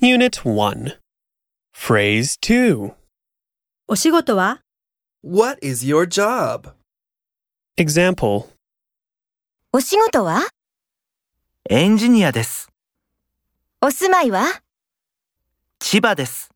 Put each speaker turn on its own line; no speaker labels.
Unit 1. Phrase 2.
お仕事は
What is your job?
Example
お仕事は
エンジニアです。
お住まいは
千葉です。